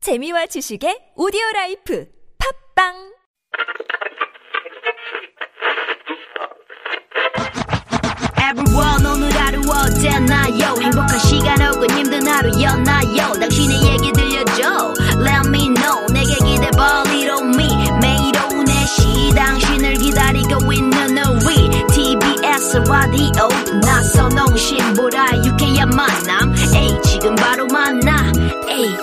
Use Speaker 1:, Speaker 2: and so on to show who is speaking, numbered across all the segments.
Speaker 1: 재미와 지식의 오디오 라이프 팝빵
Speaker 2: Everyone 오늘 하루 어땠나요 행복한 시간 혹은 힘든 하루였나요 당신의 얘기 들려줘 Let me know 내게 기대봐 Little me 매일 오후 4시 당신을 기다리고 있는 우리 TBS 라디오 나선홍 신보라 유쾌한 만남 에이 지금 바로 만나 에이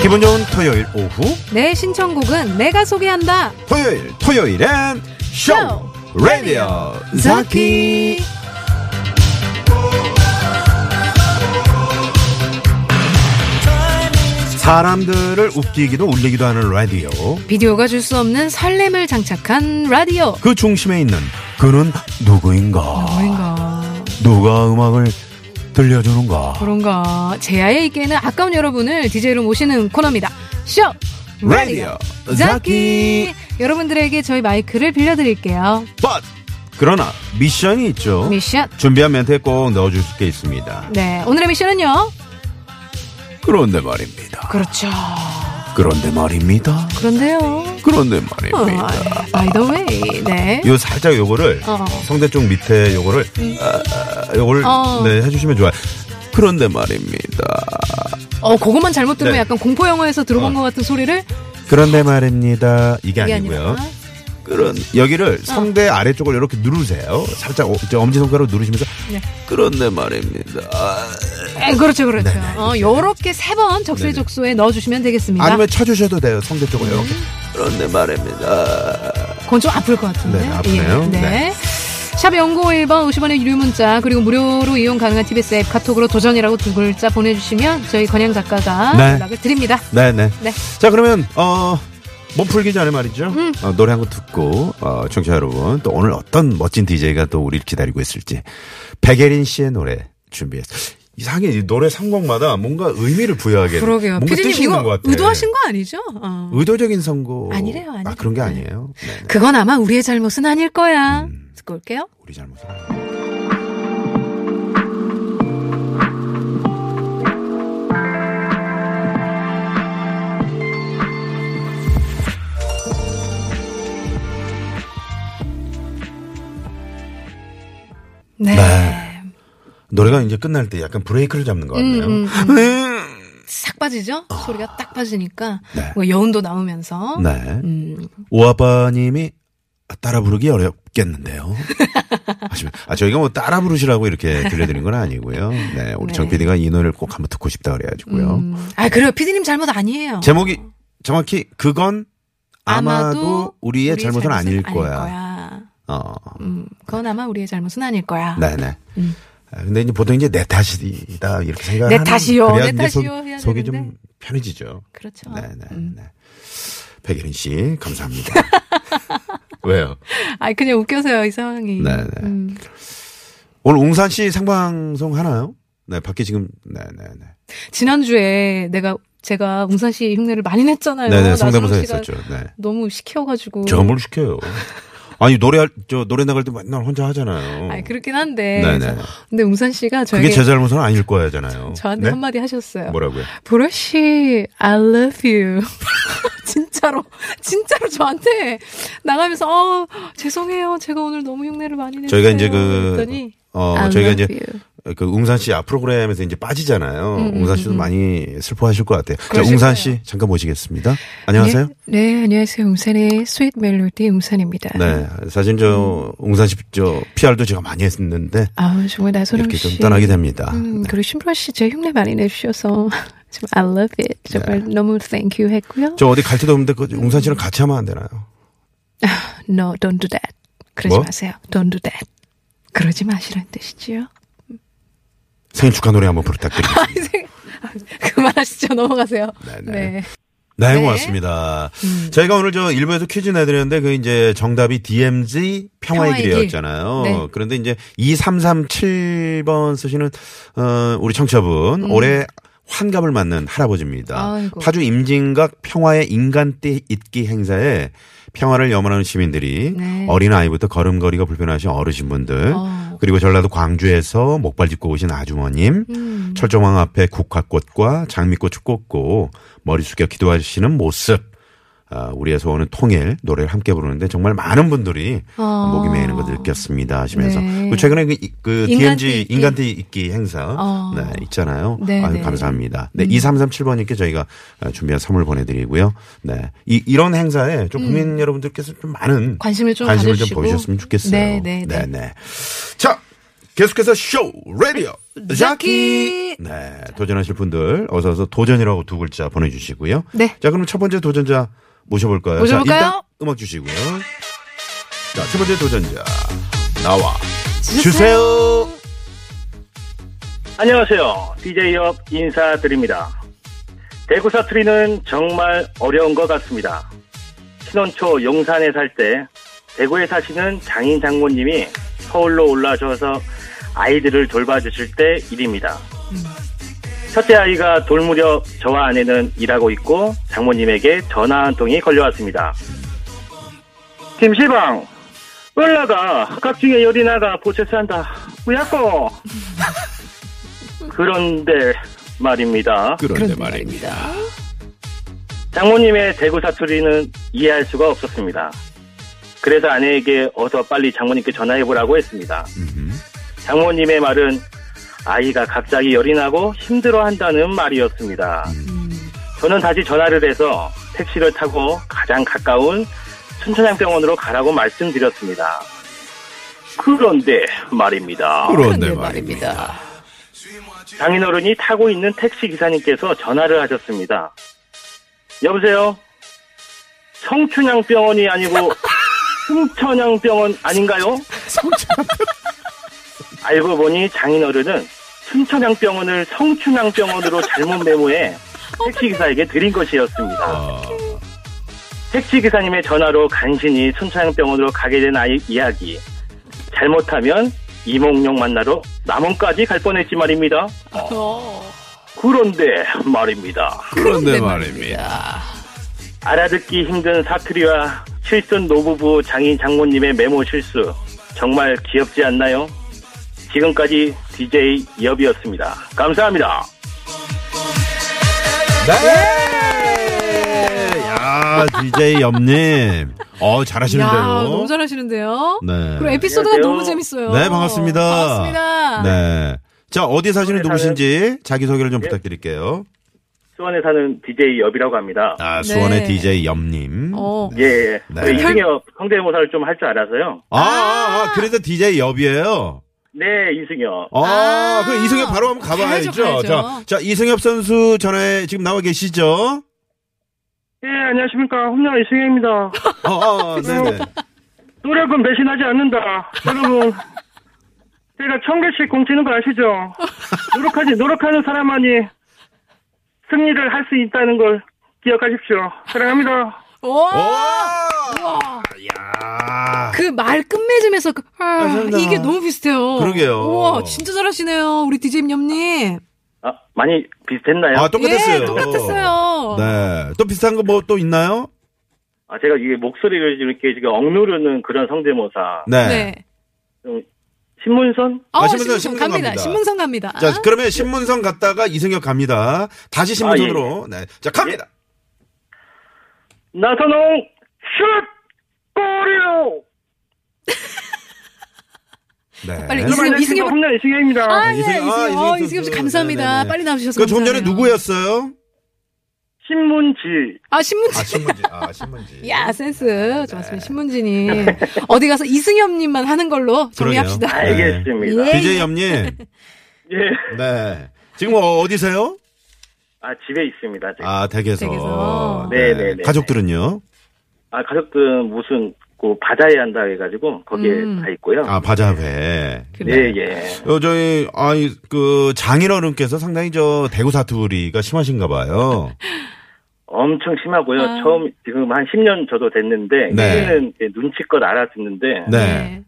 Speaker 3: 기분 좋은 토요일 오후
Speaker 4: 내 신청곡은 내가 소개한다.
Speaker 3: 토요일 토요일엔 쇼 라디오 자키 사람들을 웃기기도 울리기도 하는 라디오
Speaker 4: 비디오가 줄 수 없는 설렘을 장착한 라디오.
Speaker 3: 그 중심에 있는 그는 누구인가
Speaker 4: 그런가.
Speaker 3: 누가 음악을 들려주는가
Speaker 4: 그런가. 제아의 있기에는 아까운 여러분을 DJ로 모시는 코너입니다. 쇼!
Speaker 3: 라디오 자키
Speaker 4: 여러분들에게 저희 마이크를 빌려드릴게요.
Speaker 3: But 그러나 미션이 있죠
Speaker 4: 미션.
Speaker 3: 준비한 멘트에 꼭 넣어줄 게 있습니다
Speaker 4: 네. 오늘의 미션은요.
Speaker 3: 그런데 말입니다
Speaker 4: 그렇죠.
Speaker 3: 그런데 말입니다
Speaker 4: 그런데요.
Speaker 3: 그런데 말입니다.
Speaker 4: 바이 더 웨이. 네.
Speaker 3: 요 살짝 요거를
Speaker 4: 어.
Speaker 3: 성대 쪽 밑에 요거를 아, 아, 요걸
Speaker 4: 어.
Speaker 3: 네 해주시면 좋아요. 그런데 말입니다.
Speaker 4: 어, 그것만 잘못 들으면
Speaker 3: 네.
Speaker 4: 약간 공포 영화에서 들어본
Speaker 3: 어.
Speaker 4: 것 같은 소리를
Speaker 3: 그런데 말입니다. 이게, 어. 아니고요.
Speaker 4: 아니라
Speaker 3: 그런 여기를 성대 아래쪽을 이렇게 누르세요. 살짝 어- 이제 엄지손가락 누르시면서
Speaker 4: 네.
Speaker 3: 그런데 말입니다. 아,
Speaker 4: 에, 그렇죠, 그렇죠.
Speaker 3: 네네, 네,
Speaker 4: 어, 요렇게 세 번 적세적소에 넣어주시면 되겠습니다.
Speaker 3: 아니면 쳐주셔도 돼요. 성대 쪽을 이렇게 그런데 말입니다.
Speaker 4: 그건 좀 아플 것 같은데.
Speaker 3: 네, 아프네요.
Speaker 4: 예, 네.
Speaker 3: 네.
Speaker 4: 샵 0951번 50원의 유료 문자 그리고 무료로 이용 가능한 TBS 앱 카톡으로 도전이라고 두 글자 보내주시면 저희 건양 작가가
Speaker 3: 네.
Speaker 4: 연락을 드립니다.
Speaker 3: 네네.
Speaker 4: 네.
Speaker 3: 자 그러면 어. 몸 풀기 전에 말이죠.
Speaker 4: 음.
Speaker 3: 어, 노래 한 곡 듣고 어, 청취자 여러분 또 오늘 어떤 멋진 DJ가 또 우리를 기다리고 있을지 백예린 씨의 노래 준비했어요. 이상하게 이 노래 3곡마다 뭔가 의미를 부여하게
Speaker 4: 그러게요.
Speaker 3: 뭔가
Speaker 4: 피디님
Speaker 3: 뜻이 예, 있는 것
Speaker 4: 이거
Speaker 3: 같아요.
Speaker 4: 의도하신 거 아니죠? 어.
Speaker 3: 의도적인 선곡
Speaker 4: 아니래요, 아니래요.
Speaker 3: 아, 그런 게 아니에요. 네, 네.
Speaker 4: 그건 아마 우리의 잘못은 아닐 거야.
Speaker 3: 음.
Speaker 4: 듣고 올게요.
Speaker 3: 우리 잘못은
Speaker 4: 네. 네.
Speaker 3: 네. 노래가 이제 끝날 때 약간 브레이크를 잡는 것 같네요.
Speaker 4: 음,
Speaker 3: 음.
Speaker 4: 싹 빠지죠? 소리가 딱 빠지니까
Speaker 3: 아. 네.
Speaker 4: 뭐 여운도 나오면서
Speaker 3: 네.
Speaker 4: 음,
Speaker 3: 오아빠님이 따라 부르기 어렵겠는데요. 하시면 아 저희가 뭐 따라 부르시라고 이렇게 들려드린 건 아니고요. 네 우리
Speaker 4: 네.
Speaker 3: 정 PD가 이 노래를 꼭 한번 듣고 싶다 그래가지고요.
Speaker 4: 음. 아 그래요. 피디님 잘못 아니에요.
Speaker 3: 제목이 정확히 그건 아마도,
Speaker 4: 아마도
Speaker 3: 우리의
Speaker 4: 우리의
Speaker 3: 잘못은, 아닐
Speaker 4: 아닐
Speaker 3: 거야.
Speaker 4: 거야.
Speaker 3: 어,
Speaker 4: 음, 그건 아마 우리의 잘못은 아닐 거야.
Speaker 3: 네네. 아, 근데 이제 보통 이제 내 탓이다 이렇게 생각하는.
Speaker 4: 내 탓이요,
Speaker 3: 그래야
Speaker 4: 내
Speaker 3: 이제 속-
Speaker 4: 탓이요 해야
Speaker 3: 속이 좀
Speaker 4: 되는데.
Speaker 3: 편해지죠.
Speaker 4: 그렇죠.
Speaker 3: 네네.
Speaker 4: 음.
Speaker 3: 네. 백예린 씨 감사합니다. 왜요?
Speaker 4: 아, 그냥 웃겨서요, 이 상황이.
Speaker 3: 네네.
Speaker 4: 음.
Speaker 3: 오늘 웅산 씨 생방송 하나요? 네, 밖에 지금 네네네.
Speaker 4: 지난주에 내가, 제가 웅산 씨 흉내를 많이 냈잖아요.
Speaker 3: 네네
Speaker 4: 나선홍
Speaker 3: 성대모사
Speaker 4: 씨가 음.
Speaker 3: 했었죠. 네.
Speaker 4: 너무 시켜가지고.
Speaker 3: 저뭘 시켜요? 아니 노래 할저 노래 나갈 때 맨날 혼자 하잖아요.
Speaker 4: 아, 그렇긴 한데.
Speaker 3: 네네.
Speaker 4: 근데 웅산 씨가
Speaker 3: 그게
Speaker 4: 저에게
Speaker 3: 제 잘못은 아닐 거야잖아요.
Speaker 4: 저한테
Speaker 3: 네?
Speaker 4: 한마디 하셨어요.
Speaker 3: 뭐라고요?
Speaker 4: 보라 씨, I love you. 진짜로, 진짜로 저한테 나가면서 어 죄송해요, 제가 오늘 너무 흉내를 많이 냈어요.
Speaker 3: 저희가 이제 그
Speaker 4: 그랬더니,
Speaker 3: 어,
Speaker 4: I
Speaker 3: 저희가
Speaker 4: love
Speaker 3: 이제
Speaker 4: you.
Speaker 3: 그 웅산 씨 앞 프로그램에서 이제 빠지잖아요.
Speaker 4: 음,
Speaker 3: 웅산 씨도 많이 슬퍼하실 것 같아요. 자,
Speaker 4: 그러실
Speaker 3: 웅산
Speaker 4: 거예요.
Speaker 3: 씨 잠깐 모시겠습니다. 안녕하세요.
Speaker 4: 네, 네, 안녕하세요. 웅산의 스윗 멜로디 웅산입니다.
Speaker 3: 네. 사실 저 웅산 씨저 PR도 제가 많이 했는데
Speaker 4: 음. 아우, 정말 나선홍
Speaker 3: 이렇게
Speaker 4: 씨.
Speaker 3: 좀 떠나게 됩니다. 네.
Speaker 4: 음, 그리고 신부라 씨, 제 흉내 많이 내주셔서 좀 I love it.
Speaker 3: 네.
Speaker 4: 정말 너무 thank you 했고요.
Speaker 3: 저 어디 갈 데도 없는데 그 웅산 씨랑 같이 하면 안 되나요?
Speaker 4: No, don't do that. 그러지
Speaker 3: 뭐?
Speaker 4: 마세요. Don't do that. 그러지 마시라는 뜻이지요. 네.
Speaker 3: 생일 축하 노래 한번 부탁드립니다.
Speaker 4: 그만하시죠. 넘어가세요.
Speaker 3: 네, 네. 네,
Speaker 4: 네.
Speaker 3: 고맙습니다. 저희가 오늘 저 일부에서 퀴즈 내드렸는데 그 이제 정답이 DMZ 평화의,
Speaker 4: 평화의
Speaker 3: 길이었잖아요.
Speaker 4: 길. 네.
Speaker 3: 그런데 이제 2337번 쓰시는 어 우리 청취자분 올해 환갑을 맞는 할아버지입니다.
Speaker 4: 아이고.
Speaker 3: 파주 임진각 평화의 인간띠 잇기 행사에 평화를 염원하는 시민들이
Speaker 4: 네.
Speaker 3: 어린 아이부터 걸음걸이가 불편하신 어르신분들
Speaker 4: 어.
Speaker 3: 그리고 전라도 광주에서 목발 짚고 오신 아주머님
Speaker 4: 음.
Speaker 3: 철조망 앞에 국화꽃과 장미꽃을 꽂고 머리 숙여 기도하시는 모습. 아, 우리에서 오는 통일 노래를 함께 부르는데 정말 많은 분들이
Speaker 4: 아.
Speaker 3: 목이 메이는 것을 느꼈습니다 하시면서
Speaker 4: 네.
Speaker 3: 그 최근에 그, 이- 그
Speaker 4: 인간띠
Speaker 3: DMZ
Speaker 4: 있기.
Speaker 3: 인간띠 있기 행사
Speaker 4: 아.
Speaker 3: 네, 있잖아요.
Speaker 4: 네,
Speaker 3: 아유,
Speaker 4: 네.
Speaker 3: 감사합니다. 네, 2337번님께 저희가 아, 준비한 선물 보내드리고요. 네, 이, 이런 행사에 좀 국민 여러분들께서 좀 많은
Speaker 4: 음. 관심을 좀
Speaker 3: 관심을
Speaker 4: 가져주시고.
Speaker 3: 좀 보이셨으면 좋겠어요.
Speaker 4: 네, 네, 네.
Speaker 3: 네. 자, 계속해서 쇼 라디오 자키 네 도전하실 분들 어서 어서 도전이라고 두 글자 보내주시고요.
Speaker 4: 네.
Speaker 3: 자 그럼 첫 번째 도전자 모셔볼까요?
Speaker 4: 모셔볼까요?
Speaker 3: 자, 일단 음악 주시고요. 자첫 번째 도전자 나와
Speaker 4: 주세요.
Speaker 3: 주세요.
Speaker 5: 안녕하세요. DJ업 인사드립니다. 대구 사투리는 정말 어려운 것 같습니다. 신혼초 용산에 살 때 대구에 사시는 장인 장모님이 서울로 올라오셔서 아이들을 돌봐주실 때 일입니다. 첫째 아이가 돌 무렵 저와 아내는 일하고 있고 장모님에게 전화 한 통이 걸려왔습니다. 김시방, 올라가. 깍중에 열이 나가 보채산다. 우야꼬. 그런데 말입니다.
Speaker 3: 그런데 말입니다.
Speaker 5: 장모님의 대구 사투리는 이해할 수가 없었습니다. 그래서 아내에게 어서 빨리 장모님께 전화해보라고 했습니다. 장모님의 말은 아이가 갑자기 열이 나고 힘들어한다는 말이었습니다.
Speaker 3: 음.
Speaker 5: 저는 다시 전화를 해서 택시를 타고 가장 가까운 순천향병원으로 가라고 말씀드렸습니다. 그런데 말입니다.
Speaker 3: 아, 그런데 말입니다.
Speaker 5: 장인어른이 타고 있는 택시 기사님께서 전화를 하셨습니다. 여보세요? 성춘향병원이 아니고 순천향병원 아닌가요? 알고 보니 장인어른은 순천향병원을 성춘향병원으로 잘못 메모해 택시기사에게 드린 것이었습니다.
Speaker 3: 아,
Speaker 5: 택시기사님의 전화로 간신히 순천향병원으로 가게 된 아이 이야기. 잘못하면 이몽룡 만나러 남원까지 갈 뻔했지 말입니다.
Speaker 4: 어.
Speaker 5: 그런데 말입니다.
Speaker 3: 그런데 말입니다.
Speaker 5: 알아듣기 힘든 사투리와 실손 노부부 장인 장모님의 메모 실수 정말 귀엽지 않나요? 지금까지 DJ 여비였습니다. 감사합니다.
Speaker 3: 네. 야 DJ 염님, 어 잘하시는데요.
Speaker 4: 야, 너무 잘하시는데요.
Speaker 3: 네.
Speaker 4: 그리고 에피소드가
Speaker 5: 안녕하세요.
Speaker 4: 너무 재밌어요.
Speaker 3: 네, 반갑습니다.
Speaker 4: 반갑습니다.
Speaker 3: 네. 자, 어디 사시는
Speaker 5: 서울에
Speaker 3: 누구신지 자기소개를 좀 부탁드릴게요.
Speaker 5: 수원에 사는 DJ 여비라고 합니다.
Speaker 3: 아,
Speaker 4: 네.
Speaker 3: 수원의 DJ 염님.
Speaker 4: 어.
Speaker 5: 예,
Speaker 3: 네.
Speaker 5: 네. 이승엽 성대모사를 좀 할 줄 알아서요.
Speaker 3: 아, 아, 아, 그래서 DJ 엽이에요.
Speaker 5: 네, 이승엽.
Speaker 3: 아,
Speaker 4: 아.
Speaker 3: 그럼 이승엽 바로 한번 가봐야죠.
Speaker 4: 가야죠, 가야죠.
Speaker 3: 자, 자, 이승엽 선수 전에 지금 나와 계시죠?
Speaker 5: 예, 안녕하십니까. 홈녀 이승엽입니다.
Speaker 3: 어, 어, 네네.
Speaker 5: 노력은 배신하지 않는다. 여러분, 제가 천 개씩 공치는 거 아시죠? 노력하지, 노력하는 사람만이 승리를 할 수 있다는 걸 기억하십시오. 사랑합니다.
Speaker 3: 오!
Speaker 4: 와,
Speaker 3: 야
Speaker 4: 그 말 끝맺음에서 그, 아,
Speaker 3: 맞습니다.
Speaker 4: 이게 너무 비슷해요.
Speaker 3: 그러게요.
Speaker 4: 우와, 진짜 잘하시네요. 우리 DJ님 염님.
Speaker 5: 아, 많이 비슷했나요?
Speaker 3: 아, 똑같았어요.
Speaker 4: 예, 똑같았어요.
Speaker 3: 네. 또 비슷한 거 뭐 또 있나요?
Speaker 5: 아, 제가 이게 목소리를 이렇게 지금 억누르는 그런 성대모사.
Speaker 3: 네.
Speaker 5: 좀 신문선?
Speaker 4: 아,
Speaker 3: 아, 신문선,
Speaker 4: 신문선,
Speaker 3: 신문선
Speaker 4: 갑니다.
Speaker 3: 갑니다.
Speaker 4: 신문선 갑니다.
Speaker 3: 자, 그러면 신문선 갔다가 이승엽 갑니다. 다시 신문선으로. 네. 자, 갑니다.
Speaker 5: 나선홍 슛! 골이요!
Speaker 3: 네.
Speaker 4: 예. 빨리
Speaker 5: 여러분,
Speaker 4: 이승엽,
Speaker 5: 안녕하십니까.
Speaker 4: 이승엽.
Speaker 5: 홈녀 이승엽입니다.
Speaker 4: 아,
Speaker 3: 네,
Speaker 4: 예,
Speaker 3: 이승엽-
Speaker 4: 이승엽.
Speaker 3: 아,
Speaker 4: 어,
Speaker 3: 이승엽
Speaker 4: 이승엽 씨
Speaker 3: 선수.
Speaker 4: 감사합니다.
Speaker 3: 네네.
Speaker 4: 빨리 나오셔서.
Speaker 3: 그 좀 전에
Speaker 4: 감사해요.
Speaker 3: 누구였어요?
Speaker 5: 신문지.
Speaker 4: 아, 신문지.
Speaker 3: 아, 신문지. 네. 아, 신문지.
Speaker 4: 야, 센스. 좋았습니다. 신문진이. 어디 가서 이승엽님만 하는 걸로 정리합시다.
Speaker 3: 그러게요. 네.
Speaker 5: 알겠습니다.
Speaker 4: 예.
Speaker 3: DJ 염님.
Speaker 5: 예.
Speaker 3: 네. 지금 어- 어디세요?
Speaker 5: 아, 집에 있습니다. 지금.
Speaker 3: 아, 댁에서.
Speaker 4: 댁에서.
Speaker 5: 네, 네, 네.
Speaker 3: 가족들은요?
Speaker 5: 아, 가족들은 무슨, 그, 바자회 한다 해가지고, 거기에
Speaker 4: 음.
Speaker 5: 가 있고요.
Speaker 3: 아, 바자회.
Speaker 5: 예,
Speaker 4: 네.
Speaker 5: 예.
Speaker 3: 어, 저희, 아이, 그, 장인어른께서 상당히 저, 대구 사투리가 심하신가 봐요.
Speaker 5: 어, 엄청 심하고요.
Speaker 4: 아.
Speaker 5: 처음 지금 한 10년 저도 됐는데
Speaker 3: 네.
Speaker 5: 그때는 이제 눈치껏 알아듣는데
Speaker 3: 네.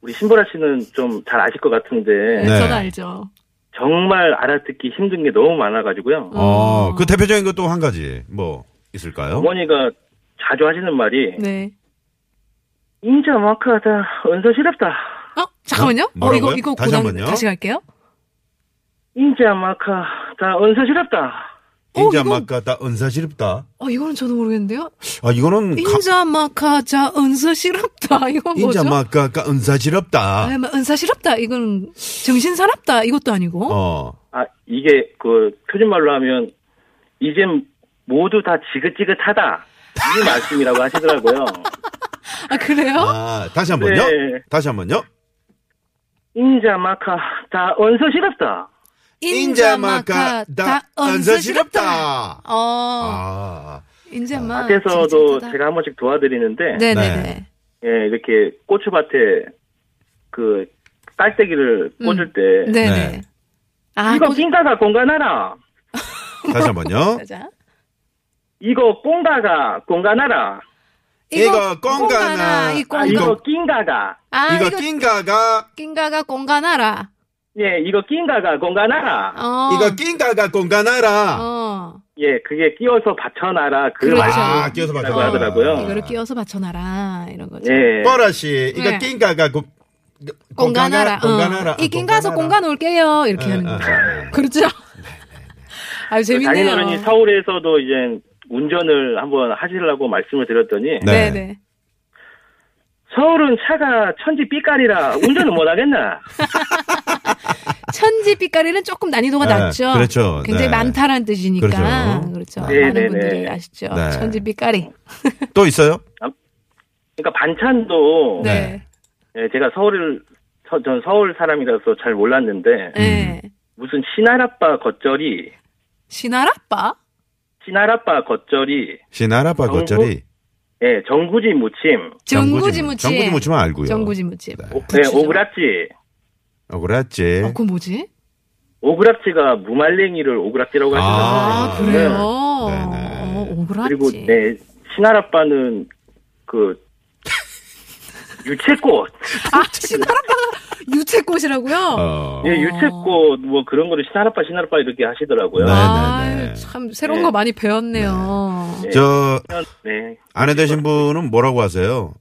Speaker 5: 우리 신보라 씨는 좀 잘 아실 것 같은데
Speaker 4: 네.
Speaker 3: 네.
Speaker 4: 저는 알죠.
Speaker 5: 정말 알아듣기 힘든 게 너무 많아가지고요.
Speaker 3: 어, 그 대표적인 것 또 한 가지 뭐 있을까요?
Speaker 5: 어머니가 자주 하시는 말이
Speaker 4: 네.
Speaker 5: 인자 막하다 은서시럽다
Speaker 4: 어?
Speaker 3: 어?
Speaker 4: 잠깐만요. 어, 이거,
Speaker 3: 뭐라고요?
Speaker 4: 이거
Speaker 3: 다시
Speaker 4: 고난,
Speaker 3: 한번요?
Speaker 4: 다시 갈게요.
Speaker 5: 인자 막하다 은서시럽다
Speaker 3: 인자
Speaker 4: 이거-
Speaker 3: 막가다 은사시럽다.
Speaker 4: 어, 이거는 저도 모르겠는데요.
Speaker 3: 아 이거는 가-
Speaker 4: 인자 마카자 은서시럽다. 이건 뭐죠?
Speaker 3: 인자 막가가 은사시럽다.
Speaker 4: 아, 막 은사시럽다. 이건 정신사납다. 이것도 아니고.
Speaker 3: 어.
Speaker 5: 아 이게 그 표준말로 하면 이젠 모두 다 지긋지긋하다 이 말씀이라고 하시더라고요.
Speaker 4: 아, 그래요?
Speaker 3: 아 다시 한번요.
Speaker 5: 네.
Speaker 3: 다시 한번요.
Speaker 5: 인자 막하다 은서시럽다
Speaker 3: 인자 막가다
Speaker 4: 은서시럽다.
Speaker 3: 은사시럽다.
Speaker 4: 어,
Speaker 3: 아.
Speaker 4: 인자마.
Speaker 5: 밭에서도
Speaker 4: 진짜
Speaker 5: 제가 한 번씩 도와드리는데
Speaker 4: 네네네.
Speaker 3: 네.
Speaker 5: 예, 이렇게 고추밭에 그 깔때기를 꽂을 때
Speaker 4: 음. 네네.
Speaker 3: 네.
Speaker 4: 아,
Speaker 5: 이거
Speaker 4: 고-
Speaker 5: 낀다가 공간하라
Speaker 4: 어.
Speaker 3: 다시 한번요.
Speaker 4: 자.
Speaker 5: 이거 꽁다가 공간하라
Speaker 3: 이거 꽁가나.
Speaker 4: 이
Speaker 5: 아,
Speaker 4: 꽁가.
Speaker 5: 이거
Speaker 3: 이거-
Speaker 5: 낀다가
Speaker 4: 아,
Speaker 3: 이거
Speaker 4: 이거
Speaker 3: 낀가가
Speaker 4: 낑가가 꽁가나라.
Speaker 5: 예, 이거 낀다가 공간하라
Speaker 4: 어.
Speaker 3: 이거 낀가가 공간하라.
Speaker 4: 어.
Speaker 5: 예, 그게 끼워서 받쳐놔라 그
Speaker 4: 그렇죠. 네,
Speaker 5: 말이라고
Speaker 3: 아, 끼워서 받쳐놔라.
Speaker 5: 하더라고요
Speaker 3: 이거를-
Speaker 4: 이거를 끼워서 받쳐놔라. 이런 거죠.
Speaker 5: 예,
Speaker 3: 뻐라 씨, 이거
Speaker 4: 네.
Speaker 3: 낀가가 공
Speaker 4: 공간하라.
Speaker 3: 공간하라.
Speaker 4: 어. 이 낑가서 공간 올게요. 이렇게 하는
Speaker 3: 어, 어,
Speaker 4: 거죠.
Speaker 3: 네. 어.
Speaker 4: 그렇죠? 아유, 재밌네요.
Speaker 5: 그 장인어른이 서울에서도 이제 운전을 한번 하시려고 말씀을 드렸더니
Speaker 3: 네.
Speaker 4: 네네.
Speaker 5: 서울은 차가 천지 삐까리라 운전을 못하겠나
Speaker 4: 천지 빛깔이는 조금 난이도가
Speaker 3: 네,
Speaker 4: 낮죠.
Speaker 3: 그렇죠.
Speaker 4: 굉장히
Speaker 3: 네.
Speaker 4: 많다라는 뜻이니까.
Speaker 3: 그렇죠.
Speaker 4: 그렇죠.
Speaker 5: 네,
Speaker 4: 많은
Speaker 5: 네,
Speaker 4: 분들이
Speaker 5: 네.
Speaker 4: 아시죠.
Speaker 3: 네.
Speaker 4: 천지 빛깔이.
Speaker 3: 또 있어요?
Speaker 5: 그러니까 반찬도
Speaker 4: 네.
Speaker 5: 예, 제가 서울을 서- 전 서울 사람이라서 잘 몰랐는데
Speaker 4: 네.
Speaker 3: 음.
Speaker 4: 네.
Speaker 5: 무슨 신하라빠 겉절이
Speaker 4: 신하라빠?
Speaker 5: 신하라빠 겉절이
Speaker 3: 신하라빠
Speaker 5: 정구?
Speaker 3: 겉절이
Speaker 5: 예, 정구지 무침
Speaker 4: 정구지무침.
Speaker 3: 정구지 무침 알고요.
Speaker 4: 정구지무침.
Speaker 3: 네.
Speaker 5: 오, 예,
Speaker 4: 부추죠.
Speaker 5: 오그라찌
Speaker 3: 어, 그랬지.
Speaker 4: 어, 그거 뭐지?
Speaker 5: 오그락지가 무말랭이를 오그락지라고 하시는
Speaker 3: 아,
Speaker 4: 아,
Speaker 5: 거예요.
Speaker 4: 그래요?
Speaker 3: 네네.
Speaker 4: 어, 오그라지.
Speaker 5: 그리고 네 신하라빠는 그 유채꽃
Speaker 4: 아, 신하라빠가 유채꽃이라고요?
Speaker 3: 어.
Speaker 5: 예 유채꽃 뭐 그런 거를 신하라빠 신하라빠 이렇게 하시더라고요.
Speaker 3: 네. 네네네.
Speaker 4: 아, 참 새로운 거 많이 배웠네요.
Speaker 5: 네.
Speaker 3: 저
Speaker 5: 네
Speaker 3: 아내 되신 분은 뭐라고 하세요?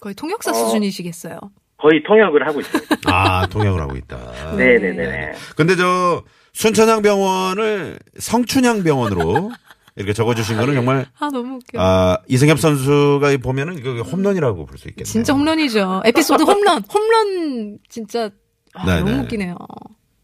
Speaker 4: 거의 통역사
Speaker 5: 어.
Speaker 4: 수준이시겠어요.
Speaker 5: 거의 통역을 하고 있습니다.
Speaker 3: 아, 통역을 하고
Speaker 4: 아,
Speaker 3: 있다.
Speaker 5: 네네네.
Speaker 3: 근데 저 순천향병원을 성춘향병원으로 이렇게 적어주신 거는 정말
Speaker 4: 아, 너무 웃겨.
Speaker 3: 아 이승엽 선수가 보면은 그 홈런이라고 볼 수 있겠네요.
Speaker 4: 진짜 홈런이죠. 에피소드 홈런. 홈런 진짜 아,
Speaker 3: 네, 네.
Speaker 4: 너무 웃기네요.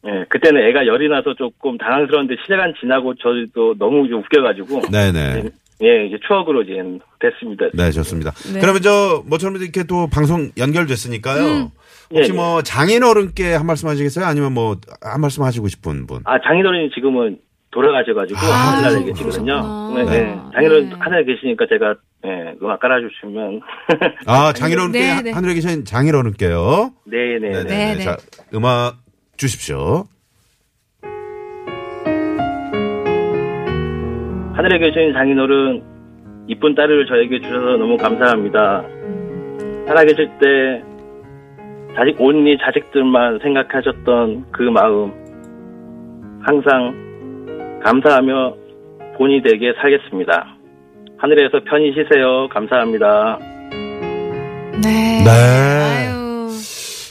Speaker 5: 예 그때는 애가 열이 나서 조금 당황스러운데 시간 지나고 저도 너무 이제 웃겨가지고
Speaker 3: 네네.
Speaker 5: 예 이제 추억으로 이제 됐습니다.
Speaker 3: 네 좋습니다.
Speaker 4: 네.
Speaker 3: 그러면 저 뭐처럼 이렇게 또 방송 연결됐으니까요.
Speaker 4: 음.
Speaker 3: 혹시
Speaker 5: 예,
Speaker 3: 뭐 장인어른께 한 말씀 하시겠어요? 아니면 뭐 한 말씀 하시고 싶은 분?
Speaker 5: 아 장인어른이 지금은 돌아가셔가지고
Speaker 3: 아,
Speaker 5: 하늘나라에
Speaker 3: 그러셨구나.
Speaker 5: 계시거든요. 네,
Speaker 4: 네.
Speaker 5: 네. 장인어른
Speaker 4: 네.
Speaker 5: 하늘에 계시니까 제가 네, 음악 깔아주시면
Speaker 3: 아 장인어른께
Speaker 4: 네, 네.
Speaker 3: 하- 하늘에 계신 장인어른께요.
Speaker 5: 네네 네.
Speaker 4: 네, 네.
Speaker 3: 자 음악 주십시오.
Speaker 5: 하늘에 계신 장인어른 이쁜 딸을 저에게 주셔서 너무 감사합니다. 살아계실 때 자식 온니 자식들만 생각하셨던 그 마음 항상 감사하며 본이 되게 살겠습니다. 하늘에서 편히 쉬세요. 감사합니다.
Speaker 4: 네.
Speaker 3: 네.
Speaker 4: 아유.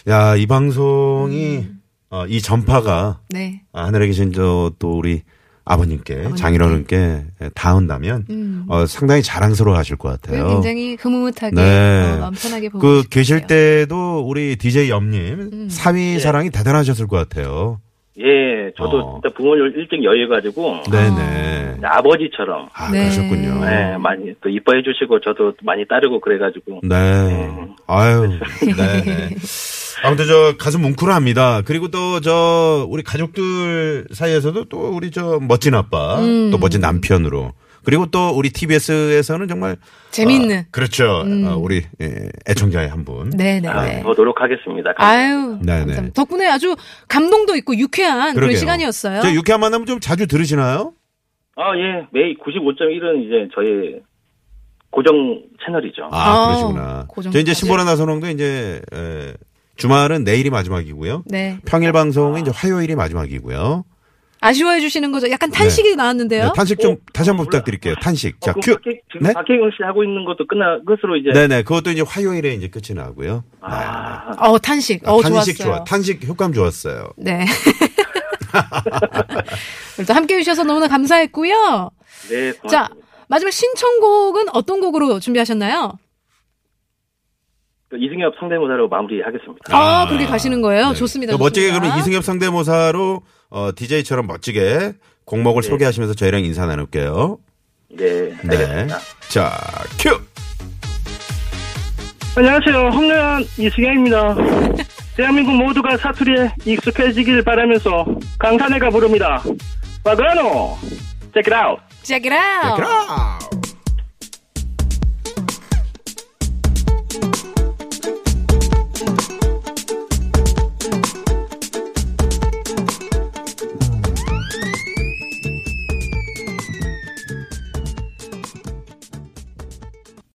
Speaker 3: 야 이 방송이 어, 이 전파가
Speaker 4: 네.
Speaker 3: 아, 하늘에 계신 저 또 우리 아버님께 장인어른께 예, 닿은다면
Speaker 4: 음.
Speaker 3: 어, 상당히 자랑스러워하실 것 같아요.
Speaker 4: 굉장히 흐뭇하게
Speaker 3: 네.
Speaker 4: 어, 마음 편하게 보고
Speaker 3: 그
Speaker 4: 계실
Speaker 3: 계실
Speaker 4: 거예요. 음.
Speaker 3: 때도 우리 DJ 염님 사위 사랑이 대단하셨을 것 같아요.
Speaker 5: 예, 저도
Speaker 3: 어.
Speaker 5: 진짜 부모를 일찍 여해가지고
Speaker 3: 네네.
Speaker 5: 아버지처럼
Speaker 3: 아
Speaker 4: 아. 네.
Speaker 3: 그러셨군요.
Speaker 5: 예, 많이 또 이뻐해 주시고 저도 많이 따르고 그래가지고
Speaker 3: 네. 아유. 네. 네. 아무튼 저 가슴 뭉클합니다. 그리고 또 저 우리 가족들 사이에서도 또 우리 저 멋진 아빠,
Speaker 4: 음.
Speaker 3: 또 멋진 남편으로. 그리고 또 우리 TBS에서는 정말
Speaker 4: 재밌는. 음.
Speaker 3: 아, 그렇죠. 아, 우리 예, 애청자의 한 분.
Speaker 4: 네, 네,
Speaker 5: 아,
Speaker 4: 네.
Speaker 5: 더 노력하겠습니다.
Speaker 4: 아유.
Speaker 3: 네, 네.
Speaker 4: 감사합니다. 덕분에 아주 감동도 있고 유쾌한 그런
Speaker 3: 그러게요.
Speaker 4: 시간이었어요.
Speaker 3: 저 유쾌한 만남 좀 자주 들으시나요?
Speaker 5: 아, 예. 매일 95.1은 이제 저의 고정 채널이죠. 어,
Speaker 3: 아,
Speaker 4: 아,
Speaker 3: 그러시구나.
Speaker 4: 그 정도까지?
Speaker 3: 저 이제 신보라나 선홍도 이제 에, 주말은 내일이 마지막이고요.
Speaker 4: 네.
Speaker 3: 평일 방송은 이제 화요일이 마지막이고요.
Speaker 4: 아쉬워해 주시는 거죠. 약간 탄식이 나왔는데요.
Speaker 3: 네, 탄식 좀
Speaker 5: 어,
Speaker 3: 다시 한번
Speaker 5: 몰라.
Speaker 3: 부탁드릴게요. 탄식. 자,
Speaker 5: 어, 그럼
Speaker 3: 큐.
Speaker 5: 박혜, 지금
Speaker 3: 네?
Speaker 5: 박혜경 씨 하고 있는 것도 끝나, 끝으로 이제.
Speaker 3: 네, 네. 그것도 이제 화요일에 이제 끝이 나고요. 네, 네.
Speaker 5: 아,
Speaker 4: 어, 탄식. 어,
Speaker 3: 탄식
Speaker 4: 좋았어요.
Speaker 3: 좋아. 탄식 효과음 좋았어요.
Speaker 4: 네. 오늘도 함께 해주셔서 너무나 감사했고요.
Speaker 5: 네.
Speaker 4: 자,
Speaker 5: 고맙습니다.
Speaker 4: 마지막 신청곡은 어떤 곡으로 준비하셨나요?
Speaker 5: 그 이승엽 성대모사로 마무리하겠습니다.
Speaker 4: 아, 그렇게 가시는 거예요?
Speaker 3: 네.
Speaker 4: 좋습니다.
Speaker 3: 그러니까 멋지게
Speaker 4: 좋습니다.
Speaker 3: 그러면 이승엽 상대모사로 어, DJ처럼 멋지게 공목을 소개하시면서 저희랑 인사 나눌게요.
Speaker 5: 네. 알겠습니다.
Speaker 3: 자, 큐.
Speaker 5: 안녕하세요. 홈런 이승현입니다. 대한민국 모두가 사투리에 익숙해지길 바라면서 강산해가 부릅니다. 바그라노! Check it out!
Speaker 4: Check it out.
Speaker 3: 그럼.